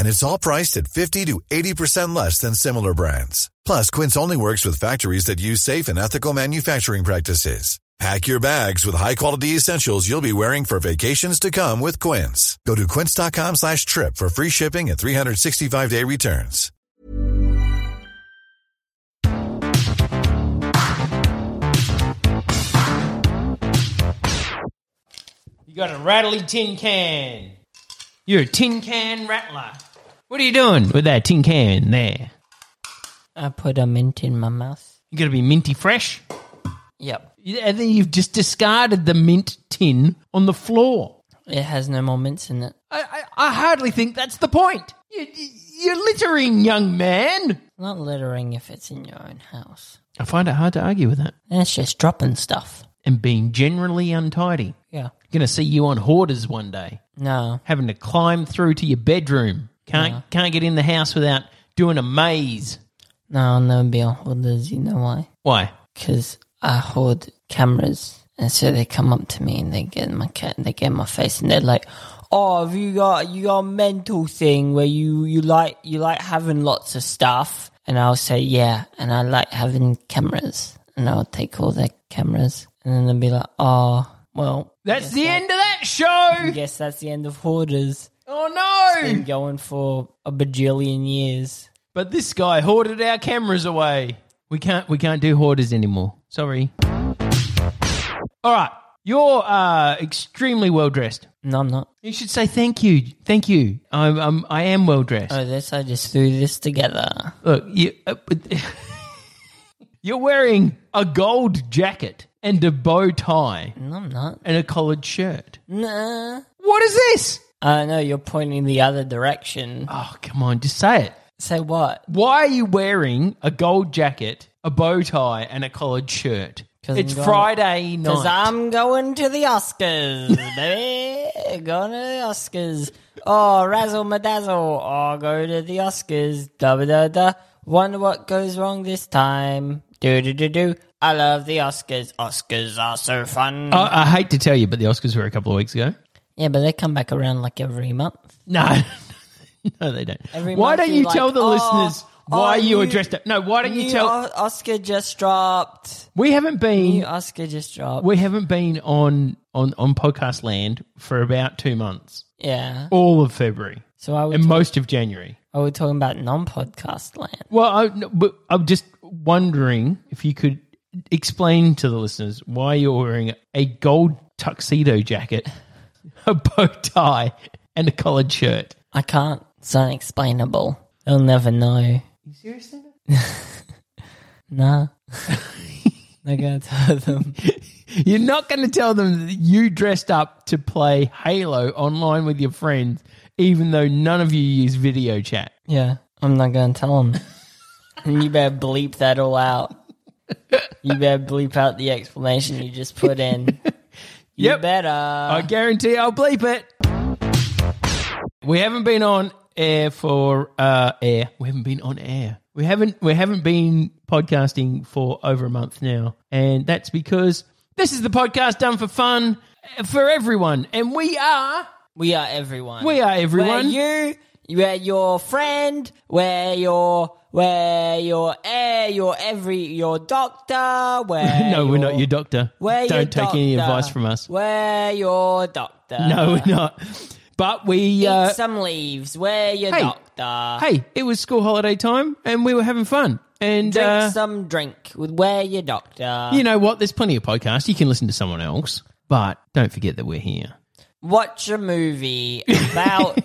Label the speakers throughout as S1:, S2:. S1: And it's all priced at 50 to 80% less than similar brands. Plus, Quince only works with factories that use safe and ethical manufacturing practices. Pack your bags with high-quality essentials you'll be wearing for vacations to come with Quince. Go to quince.com slash trip for free shipping and 365-day returns.
S2: You got a rattly tin can. You're a tin can rattler. What are you doing with that tin can there?
S3: I put a mint in my mouth.
S2: You gotta be minty fresh.
S3: Yep.
S2: And then you've just discarded the mint tin on the floor.
S3: It has no more mints in it.
S2: I, I, I hardly think that's the point. You, you're littering, young man.
S3: Not littering if it's in your own house.
S2: I find it hard to argue with that.
S3: That's just dropping stuff.
S2: And being generally untidy.
S3: Yeah.
S2: Gonna see you on hoarders one day.
S3: No.
S2: having to climb through to your bedroom. Can't can't get in the house without doing a maze.
S3: No, I'll never be on hoarders. You know why?
S2: Why?
S3: Because I hoard cameras. And so they come up to me and they get in my cat they get in my face and they're like, "Oh, have you got you got a mental thing where you you like you like having lots of stuff?" And I'll say, "Yeah," and I like having cameras, and I'll take all their cameras, and then they'll be like, "Oh, well,
S2: That's the end of that show.
S3: I guess that's the end of hoarders.
S2: Oh
S3: Been
S2: no!
S3: going for a bajillion years.
S2: But this guy hoarded our cameras away. We can't we can't do hoarders anymore. Sorry. All right, you're uh, extremely well dressed.
S3: No, I'm not.
S2: You should say thank you, thank you. I'm, I'm I am well dressed.
S3: Oh, this I just threw this together.
S2: Look, you, uh, you're wearing a gold jacket and a bow tie
S3: No, I'm not.
S2: and a collared shirt.
S3: Nah.
S2: What is this?
S3: Uh, no, you're pointing the other direction.
S2: Oh, come on, just say it.
S3: Say what?
S2: Why are you wearing a gold jacket, a bow tie, and a collared shirt?
S3: 'Cause
S2: It's
S3: I'm going-
S2: Friday
S3: Because
S2: night.
S3: I'm going to the Oscars, baby. going to the Oscars. Oh, razzle madazzle. Oh, go to the Oscars. Da da da da. Wonder what goes wrong this time. Do do do do. I love the Oscars. Oscars are so fun.
S2: I, I hate to tell you, but the Oscars were a couple of weeks ago.
S3: Yeah, but they come back around like every month.
S2: No, no, they don't.
S3: Every
S2: why
S3: month
S2: don't
S3: you're
S2: you
S3: like,
S2: tell the
S3: "Oh,
S2: listeners why
S3: oh,
S2: you were
S3: you-
S2: dressed up? No, why don't you
S3: New
S2: tell?
S3: O- Oscar just dropped.
S2: we haven't been
S3: New Oscar just dropped.
S2: we haven't been on on on podcast land for about two months,
S3: yeah.
S2: all of February
S3: So I would.
S2: and most of January.
S3: Are we talking about non-podcast land?
S2: Well, I, no, but I'm just wondering if you could explain to the listeners why you're wearing a gold tuxedo jacket, a bow tie, and a collared shirt.
S3: I can't. It's unexplainable. They'll never know.
S2: You seriously?
S3: Nah. They're gonna tell them.
S2: You're not going to tell them that you dressed up to play Halo online with your friends, even though none of you use video chat.
S3: Yeah, I'm not gonna tell them. and you better bleep that all out. You better bleep out the explanation you just put in. You
S2: Yep.
S3: better.
S2: I guarantee I'll bleep it. We haven't been on air for uh, air. We haven't been on air. We haven't we haven't been podcasting for over a month now, and that's because this is the podcast done for fun uh, for everyone, and we are
S3: we are everyone.
S2: we are everyone.
S3: Where you, where your friend, where your, where your air, your every, your doctor, where.
S2: no, we're not your
S3: your
S2: doctor.
S3: Where
S2: Don't
S3: your
S2: take any
S3: doctor.
S2: advice from us.
S3: Where your doctor.
S2: no, we're not. But we
S3: Eat
S2: uh,
S3: some leaves. Where your
S2: Hey. Uh,
S3: doctor.
S2: hey, it was school holiday time, and we were having fun, and
S3: Drink
S2: uh,
S3: some drink with where your doctor.
S2: You know what? There's plenty of podcasts. You can listen to someone else, but don't forget that we're here.
S3: Watch a movie about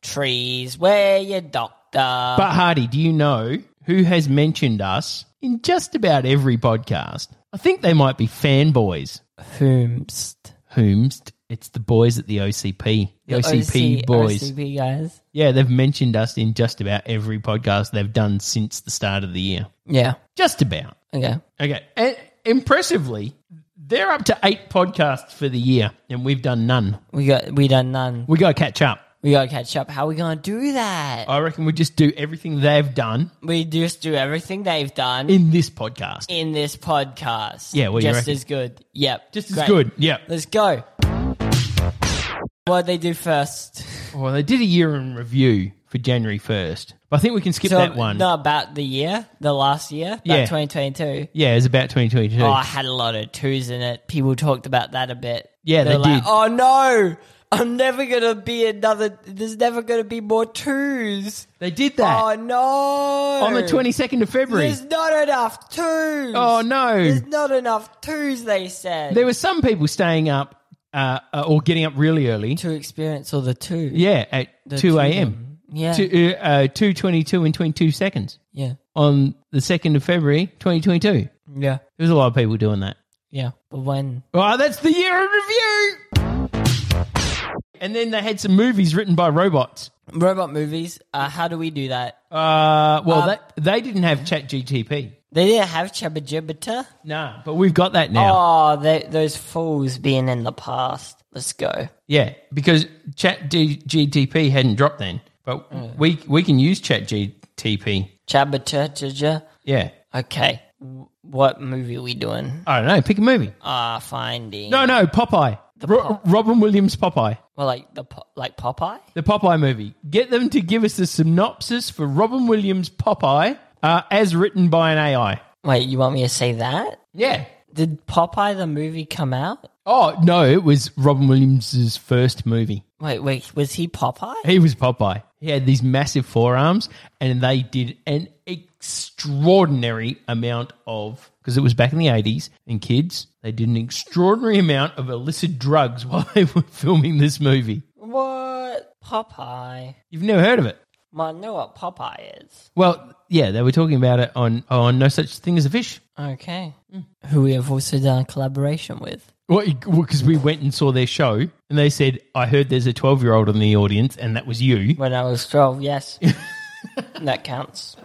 S3: trees. Where your doctor. the.
S2: But Hardy, do you know who has mentioned us in just about every podcast? I think they might be fanboys.
S3: Whomst.
S2: Whomst? It's the boys at the OCP. The, OCP
S3: OC
S2: boys.
S3: OCP guys.
S2: Yeah, they've mentioned us in just about every podcast they've done since the start of the year.
S3: Yeah.
S2: Just about.
S3: Okay.
S2: Okay. And impressively, they're up to eight podcasts for the year, and we've done none.
S3: We got we done none.
S2: We got to catch up.
S3: We gotta catch up. How we gonna do that?
S2: I reckon we just do everything they've done
S3: we just do everything they've done in,
S2: in this podcast.
S3: this podcast.
S2: Yeah, what do you
S3: just
S2: reckon?
S3: as good. Yep,
S2: Just
S3: great.
S2: as good. Yeah.
S3: Let's go. What they do first?
S2: Well, they did a year in review for January 1st. But I think we can skip that one.
S3: No, about the year, the last year, about
S2: Yeah.
S3: 2022.
S2: Yeah, it's about 2022.
S3: Oh, I had a lot of twos in it. People talked about that a bit.
S2: Yeah,
S3: They're
S2: they
S3: like,
S2: did.
S3: Oh no, I'm never gonna be another. There's never gonna be more twos.
S2: they did that
S3: Oh no!
S2: on the 22nd of February.
S3: There's not enough twos.
S2: Oh, no.
S3: There's not enough twos. They said
S2: There were some people staying up uh, uh, or getting up really early.
S3: to experience all the twos.
S2: Yeah, at two a.m.
S3: freedom. Yeah.
S2: two uh, uh, two twenty two and twenty two seconds
S3: yeah,
S2: on the second of February, twenty twenty two.
S3: yeah,
S2: There's a lot of people doing that.
S3: yeah. But when?
S2: Oh, that's the year in review. And then they had some movies written by robots.
S3: Robot movies. Uh, how do we do that?
S2: Uh, well,
S3: Uh,
S2: that, they didn't have Chat GTP.
S3: They didn't have Chubba Jibbita.
S2: Nah, but we've got that now.
S3: Oh, they, those fools being in the past. Let's go.
S2: Yeah, because Chat G- GTP hadn't dropped then, but
S3: Mm.
S2: we we can use Chat GTP.
S3: Chubba Jibbita.
S2: Yeah,
S3: Okay. W- What movie are we doing?
S2: I don't know. Pick a movie.
S3: Ah, finding.
S2: No, no, Popeye. Ro-
S3: Pop-
S2: Robin Williams Popeye.
S3: Well, like the po- like Popeye.
S2: The Popeye movie. Get them to give us the synopsis for Robin Williams Popeye uh, as written by an AI.
S3: Wait, you want me to say that?
S2: Yeah.
S3: Did Popeye the movie come out?
S2: Oh, no, it was Robin Williams' first movie.
S3: Wait, wait, was he Popeye?
S2: He was Popeye. He had these massive forearms, and they did an extraordinary amount of, because it was back in the 80s, and kids, they did an extraordinary amount of illicit drugs while they were filming this movie.
S3: What Popeye?
S2: You've never heard of it.
S3: Well, I know what Popeye is.
S2: Well, yeah, they were talking about it on on No Such Thing as a Fish.
S3: Okay. Hmm. Who we have also done a collaboration with.
S2: Well, because we went and saw their show, and they said, "I heard there's a 12 year old in the audience, and that was you."
S3: When I was twelve, yes, that counts.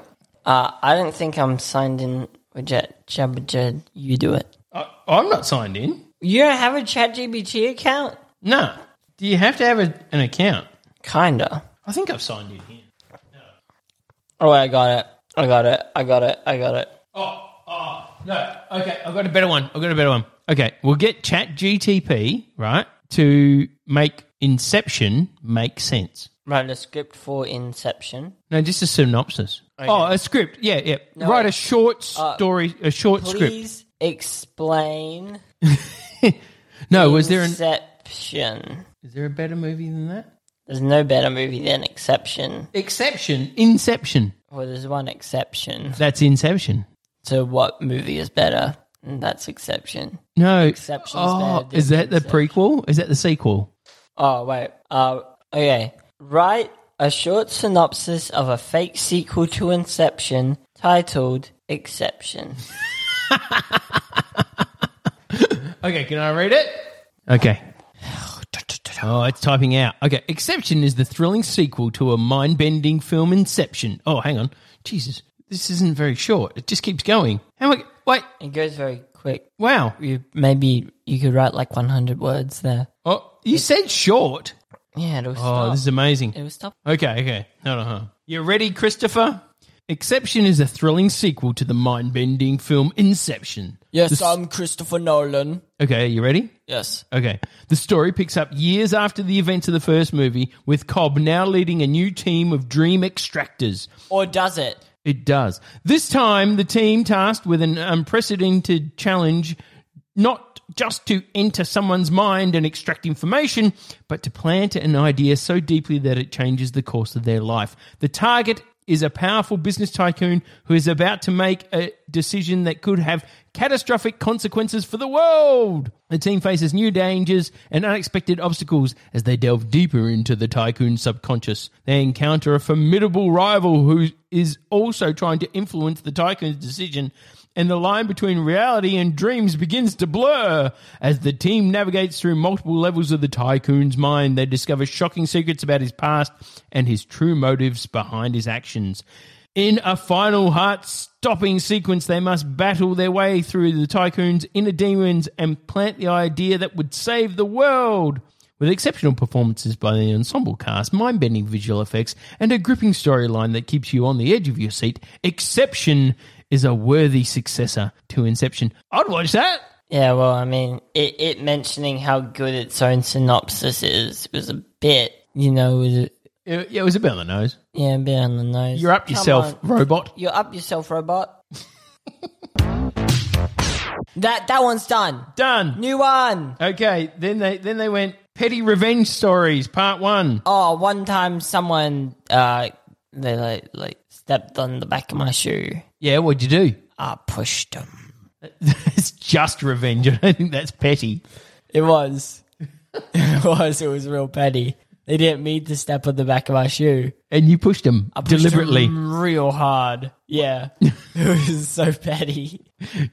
S3: Uh, I don't think I'm signed in with Jet Jabba Jed. You do it.
S2: I, I'm not signed in.
S3: You don't have a ChatGPT account?
S2: No. Do you have to have a, an account?
S3: Kinda.
S2: I think I've signed in here.
S3: Oh, I got it. I got it. I got it. I got it.
S2: Oh, oh, no. Okay, I've got a better one. I've got a better one. Okay, we'll get Chat GTP right to make Inception make sense.
S3: Write a script for Inception.
S2: No, just a synopsis. Oh, a script. Yeah, yeah.
S3: No,
S2: Write
S3: wait. Uh,
S2: a short story, a short script.
S3: Please explain
S2: No, was there an
S3: Inception.
S2: Is there a better movie than that?
S3: There's no better movie than Exception.
S2: Exception. Inception.
S3: Well, there's one exception.
S2: That's Inception.
S3: So what movie is better? And that's Exception.
S2: No.
S3: Inception's
S2: Oh,
S3: better than
S2: is that the
S3: Inception.
S2: prequel? Is that the sequel?
S3: Oh, wait. Uh, okay. Write a short synopsis of a fake sequel to Inception titled Exception.
S2: Okay, can I read it? Okay. Oh, it's typing out. Okay. Exception is the thrilling sequel to a mind bending film Inception. Oh, hang on. Jesus. This isn't very short. It just keeps going. How am I wait
S3: it goes very quick.
S2: wow.
S3: You Maybe you could write like 100 words there.
S2: Oh you said short.
S3: Yeah, it'll
S2: Oh,
S3: stop.
S2: this is amazing.
S3: It'll stop.
S2: Okay, okay. No, no, no. You ready, Christopher? Exception is a thrilling sequel to the mind bending film Inception.
S3: Yes,
S2: The s-
S3: I'm Christopher Nolan.
S2: Okay, you ready?
S3: Yes.
S2: Okay. The story picks up years after the events of the first movie, with Cobb now leading a new team of dream extractors.
S3: Or does it?
S2: It does. This time, the team tasked with an unprecedented challenge not just to enter someone's mind and extract information, but to plant an idea so deeply that it changes the course of their life. The target is a powerful business tycoon who is about to make a decision that could have catastrophic consequences for the world. The team faces new dangers and unexpected obstacles as they delve deeper into the tycoon's subconscious. They encounter a formidable rival who is also trying to influence the tycoon's decision and the line between reality and dreams begins to blur. As the team navigates through multiple levels of the tycoon's mind, they discover shocking secrets about his past and his true motives behind his actions. In a final heart stopping sequence, they must battle their way through the tycoon's inner demons and plant the idea that would save the world. With exceptional performances by the ensemble cast, mind bending visual effects, and a gripping storyline that keeps you on the edge of your seat, Exception is a worthy successor to Inception. I'd watch that.
S3: Yeah, well, I mean, it, it mentioning how good its own synopsis is was a bit, you know, was a,
S2: It, yeah, it was a bit on the nose.
S3: yeah, a bit on the nose.
S2: You're up
S3: Come
S2: yourself,
S3: on.
S2: robot.
S3: You're up yourself, robot. that that one's done.
S2: Done.
S3: New one.
S2: Okay, then they then they went petty revenge stories part one.
S3: Oh, one time someone uh they like like stepped on the back of my shoe.
S2: Yeah, what'd you do?
S3: I pushed them.
S2: it's just revenge. I don't think that's petty.
S3: It was. it was. It was real petty. They didn't mean to step on the back of my shoe.
S2: And you pushed him
S3: I pushed
S2: deliberately.
S3: them real hard. Yeah, it was so petty.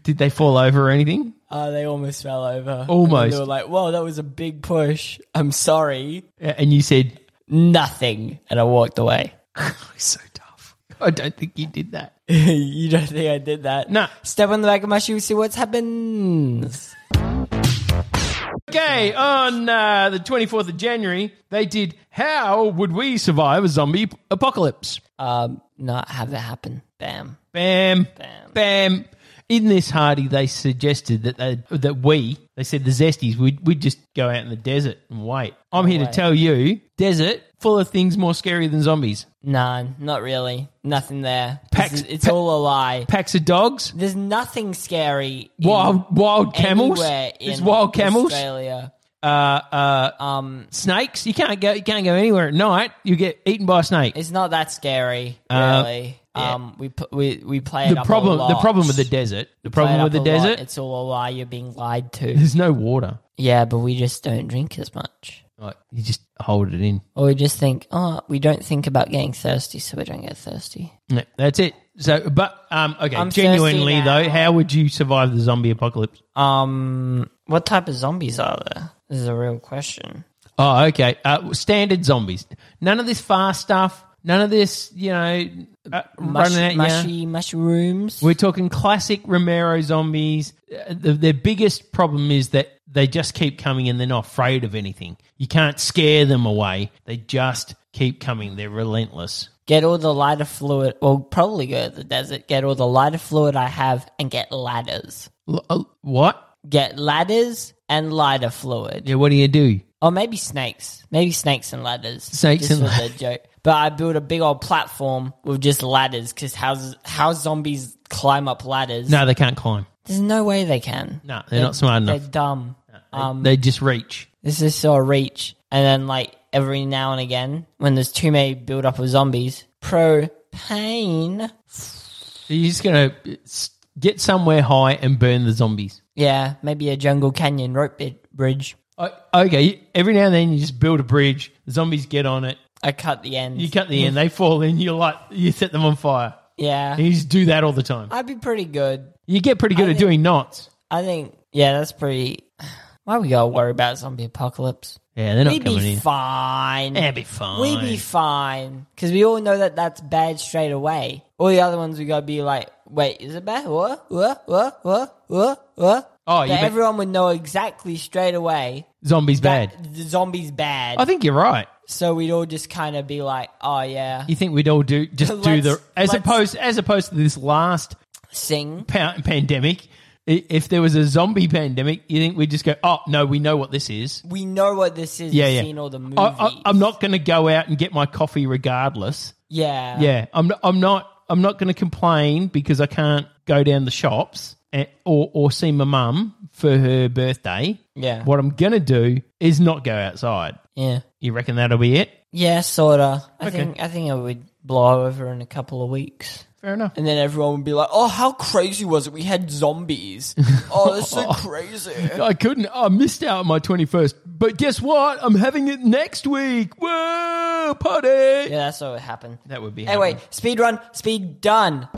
S2: Did they fall over or anything?
S3: Uh, they almost fell over.
S2: Almost.
S3: And they were like, "Whoa, that was a big push. I'm sorry."
S2: Uh, And you said,
S3: Nothing, and I walked away.
S2: "So tough." I don't think you did that.
S3: you don't think I did that?
S2: No.
S3: Step on the back of my shoe, see what's happens.
S2: Okay, on uh, the 24th of January, they did How Would We Survive a Zombie Apocalypse?
S3: Um, not have it happen. Bam.
S2: Bam,
S3: Bam.
S2: bam. In this hardy, they suggested that they, that we, they said the zesties, we'd, we'd just go out in the desert and wait. I'm here to tell you, desert full of things more scary than zombies.
S3: Nah, not really. Nothing there.
S2: Pax-
S3: This is- it's
S2: pa-
S3: all a lie.
S2: Packs of dogs,
S3: There's nothing scary. in
S2: wild wild camels.
S3: anywhere in
S2: There's wild camels,
S3: Australia.
S2: uh, uh,
S3: Um,
S2: snakes. You can't go. You can't go anywhere at night. You get eaten by a snake.
S3: it's not that scary,
S2: Uh,
S3: really. Um, we pu- we we play it
S2: the
S3: up a
S2: problem. The
S3: lot.
S2: problem with the desert. The
S3: Play it
S2: problem with
S3: up
S2: the
S3: a lot.
S2: desert.
S3: It's all a lie. You're being lied to.
S2: There's no water.
S3: yeah, but we just don't drink as much.
S2: Like you just hold it in.
S3: Or we just think, oh, we don't think about getting thirsty, so we don't get thirsty.
S2: No, that's it. So, but um, okay.
S3: I'm
S2: genuinely
S3: thirsty now.
S2: though, how would you survive the zombie apocalypse?
S3: Um, what type of zombies are there? This is a real question.
S2: Oh, okay. Uh, standard zombies. None of this fast stuff. None of this. You know, uh,
S3: Mush,
S2: running at you.
S3: mushy mushrooms.
S2: We're talking classic Romero zombies. Uh, the, their biggest problem is that they just keep coming and they're not afraid of anything. You can't scare them away. They just keep coming. They're relentless.
S3: Get all the lighter fluid. Well, probably go to the desert. Get all the lighter fluid I have, and get ladders.
S2: L- uh, what?
S3: Get ladders and lighter fluid.
S2: Yeah, what do you do?
S3: Or Oh, maybe snakes. Maybe snakes and ladders.
S2: Snakes
S3: just
S2: and
S3: was a joke. But I built a big old platform with just ladders because how how zombies climb up ladders?
S2: No, they can't climb.
S3: there's no way they can.
S2: No, they're not smart enough.
S3: They're dumb. Um,
S2: They just reach.
S3: this is so reach. And then like every now and again, when there's too many build up of zombies, propane.
S2: So you're just going to get somewhere high and burn the zombies.
S3: Yeah, maybe a jungle canyon rope bit bridge.
S2: O- Okay, every now and then you just build a bridge. The zombies get on it.
S3: I cut the end.
S2: You cut the end. They fall in. You light. You set them on fire.
S3: yeah,
S2: And you just do that all the time.
S3: I'd be pretty good.
S2: You get pretty good at doing knots.
S3: I think. Yeah, that's pretty. Why we gotta worry about zombie apocalypse?
S2: Yeah, they're not
S3: We'd
S2: coming
S3: be
S2: in.
S3: fine.
S2: That'd be fine.
S3: We'd be fine because we all know that that's bad straight away. All the other ones we gotta be like, wait, is it bad? What? What? What? What? What? What?
S2: Oh, you
S3: That
S2: mean-
S3: everyone would know exactly straight away.
S2: Zombies bad.
S3: That the zombies bad.
S2: I think you're right.
S3: so we'd all just kind of be like, oh yeah,
S2: You think we'd all do just do
S3: Let's-
S2: the as
S3: let's-
S2: opposed as opposed to this last
S3: sing.
S2: pa- pandemic. i- If there was a zombie pandemic, you think we'd just go? Oh no, we know what this is.
S3: We know what this is.
S2: Yeah,
S3: We've
S2: yeah.
S3: Seen all the movies.
S2: I, I, I'm not going to go out and get my coffee regardless.
S3: Yeah.
S2: Yeah, I'm. not- I'm not. I'm not going to complain because I can't go down the shops eh, or or see my mum for her birthday.
S3: Yeah.
S2: What I'm going to do is not go outside.
S3: Yeah.
S2: You reckon that'll be it?
S3: Yeah, sorta. I
S2: Okay.
S3: think I think I would blow over in a couple of weeks.
S2: Fair enough.
S3: And then everyone would be like, "Oh, how crazy was it? We had zombies. Oh, that's so crazy."
S2: I couldn't. I missed out on my 21st. But guess what? I'm having it next week. Whoa, party.
S3: Yeah, that's what would happen.
S2: That would be
S3: Anyway,
S2: happening.
S3: speed run, speed done.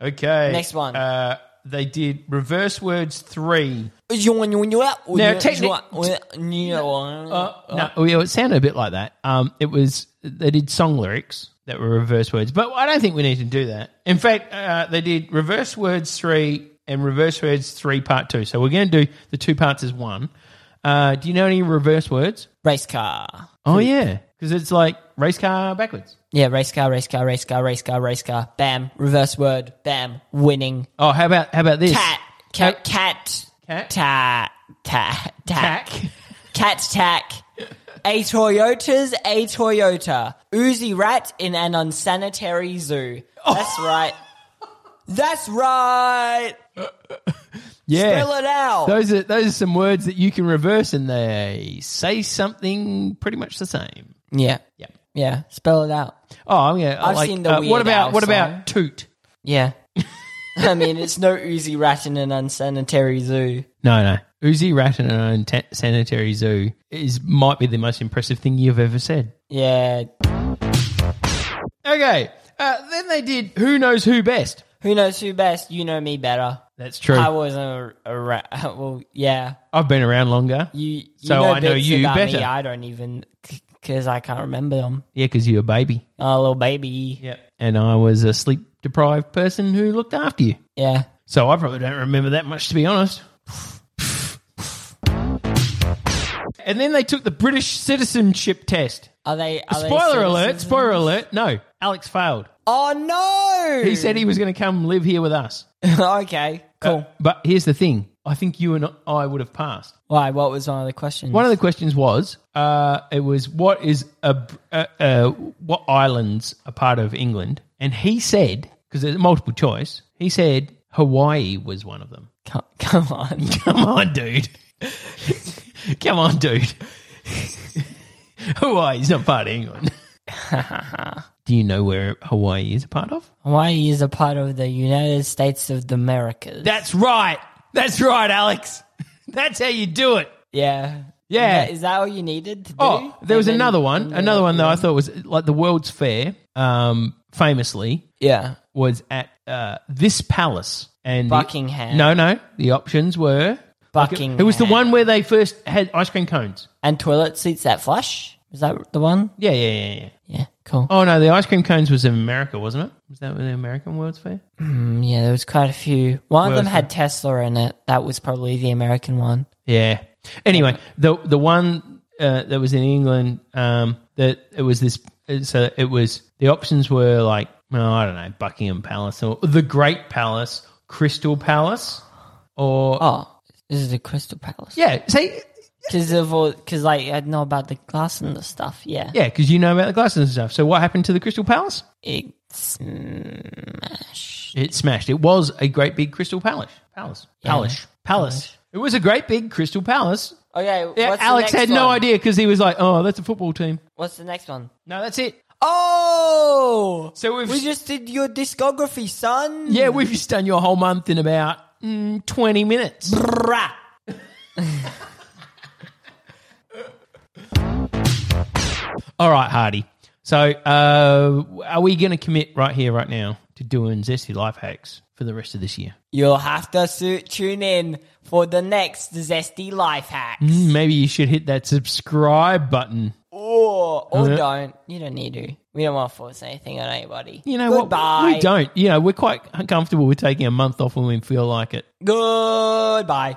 S2: Okay.
S3: Next one.
S2: Uh, they did reverse words three.
S3: Now,
S2: techni- No, well, it sounded a bit like that. Um, it was they did song lyrics that were reverse words, but I don't think we need to do that. In fact, uh, they did reverse words three and reverse words three part two. So we're going to do the two parts as one. Uh, do you know any reverse words?
S3: race car.
S2: Oh yeah, because it's like race car backwards.
S3: Yeah, race car, race car, race car, race car, race car. Bam, reverse word. Bam, winning.
S2: Oh, how about how about this?
S3: Cat, cat, cat,
S2: Cat.
S3: tat, tat, tack,
S2: Tack.
S3: cat, tack. A Toyota's a Toyota. Oozy rat in an unsanitary zoo.
S2: Oh.
S3: That's right. That's right.
S2: Yeah.
S3: Spell it out.
S2: Those are those are some words that you can reverse, and they say something pretty much the same.
S3: yeah,
S2: Yeah.
S3: yeah. Spell it out.
S2: Oh, I'm gonna.
S3: I've
S2: like,
S3: seen the
S2: uh, what
S3: Weird
S2: about
S3: Al
S2: what
S3: song.
S2: about toot?
S3: Yeah. I mean, it's no oozy rat in an unsanitary zoo.
S2: No, no. Uzi rat in an unta- sanitary zoo is might be the most impressive thing you've ever said.
S3: Yeah.
S2: Okay. Uh, then they did who knows who best.
S3: Who knows who best? You know me better.
S2: That's true.
S3: I
S2: i w-
S3: wasn't a, a rat. Well, yeah.
S2: I've been around longer.
S3: You, you
S2: So
S3: know
S2: I know
S3: bits
S2: you
S3: about
S2: better.
S3: Me. I don't even because I can't remember them.
S2: yeah, because you're a baby.
S3: Oh, little baby.
S2: Yep. And I was a sleep deprived person who looked after you.
S3: Yeah.
S2: So I probably don't remember that much, to be honest. And then they took the British citizenship test.
S3: Are they? Are they
S2: Spoiler alert,
S3: citizens?
S2: spoiler alert. No, Alex failed.
S3: Oh no!
S2: He said he was going to come live here with us.
S3: okay. Cool.
S2: But here's the thing I think you and I would have passed.
S3: Why? What was one of the questions?
S2: One of the questions was uh, it was what is a, uh, uh, what islands are part of England? And he said, because there's multiple choice, he said Hawaii was one of them.
S3: come, come on.
S2: Come on, dude. Come on, dude. Hawaii's not part of England. Do you know where Hawaii is a part of?
S3: Hawaii is a part of the United States of the Americas.
S2: That's right. That's right, Alex. That's how you do it.
S3: yeah.
S2: Yeah.
S3: Is that- is that all you needed to do?
S2: Oh, there was
S3: And then-
S2: another one. Another one that I thought was like the World's Fair, um, famously,
S3: Yeah.
S2: was at uh, this palace. and the-
S3: Buckingham.
S2: no, no. The options were.
S3: Buckingham.
S2: It was the one where they first had ice cream cones.
S3: And toilet seats that flush? Is that the one?
S2: Yeah, yeah, yeah, yeah.
S3: Yeah, cool.
S2: Oh no, the ice cream cones was in America, wasn't it? Was that the American World's Fair?
S3: Mm, yeah, there was quite a few. One of them
S2: Worth
S3: had Tesla in it. That was probably the American one.
S2: Yeah. Anyway, the the one uh, that was in England, um, that it was this. So it was the options were like oh, I don't know Buckingham Palace or the Great Palace, Crystal Palace, or
S3: Oh, this is the Crystal Palace.
S2: yeah. See,
S3: Because of all, because like I know about the glass and the stuff. Yeah,
S2: yeah, because you know about the glasses and stuff. So what happened to the Crystal Palace?
S3: it smashed.
S2: It smashed. It was a great big crystal palace. Palace. Palace. Palace. It was a great big crystal palace.
S3: Okay,
S2: Yeah,
S3: what's the
S2: Alex
S3: next
S2: had no
S3: one?
S2: idea because he was like, "Oh, that's a football team."
S3: What's the next one?
S2: No, that's it.
S3: Oh,
S2: So we've-
S3: we just did your discography, son.
S2: Yeah, we've just done your whole month in about mm, 20 minutes.
S3: Brah.
S2: All right, Hardy. So, uh, are we going to commit right here, right now, to doing Zesty Life Hacks for the rest of this year?
S3: You'll have to su- tune in for the next zesty life hacks.
S2: Mm, Maybe you should hit that subscribe button.
S3: Or, or don't. You don't need to. We don't want to force anything on anybody.
S2: You know
S3: Goodbye.
S2: what? We don't. You know, we're quite comfortable with taking a month off when we feel like it.
S3: Goodbye.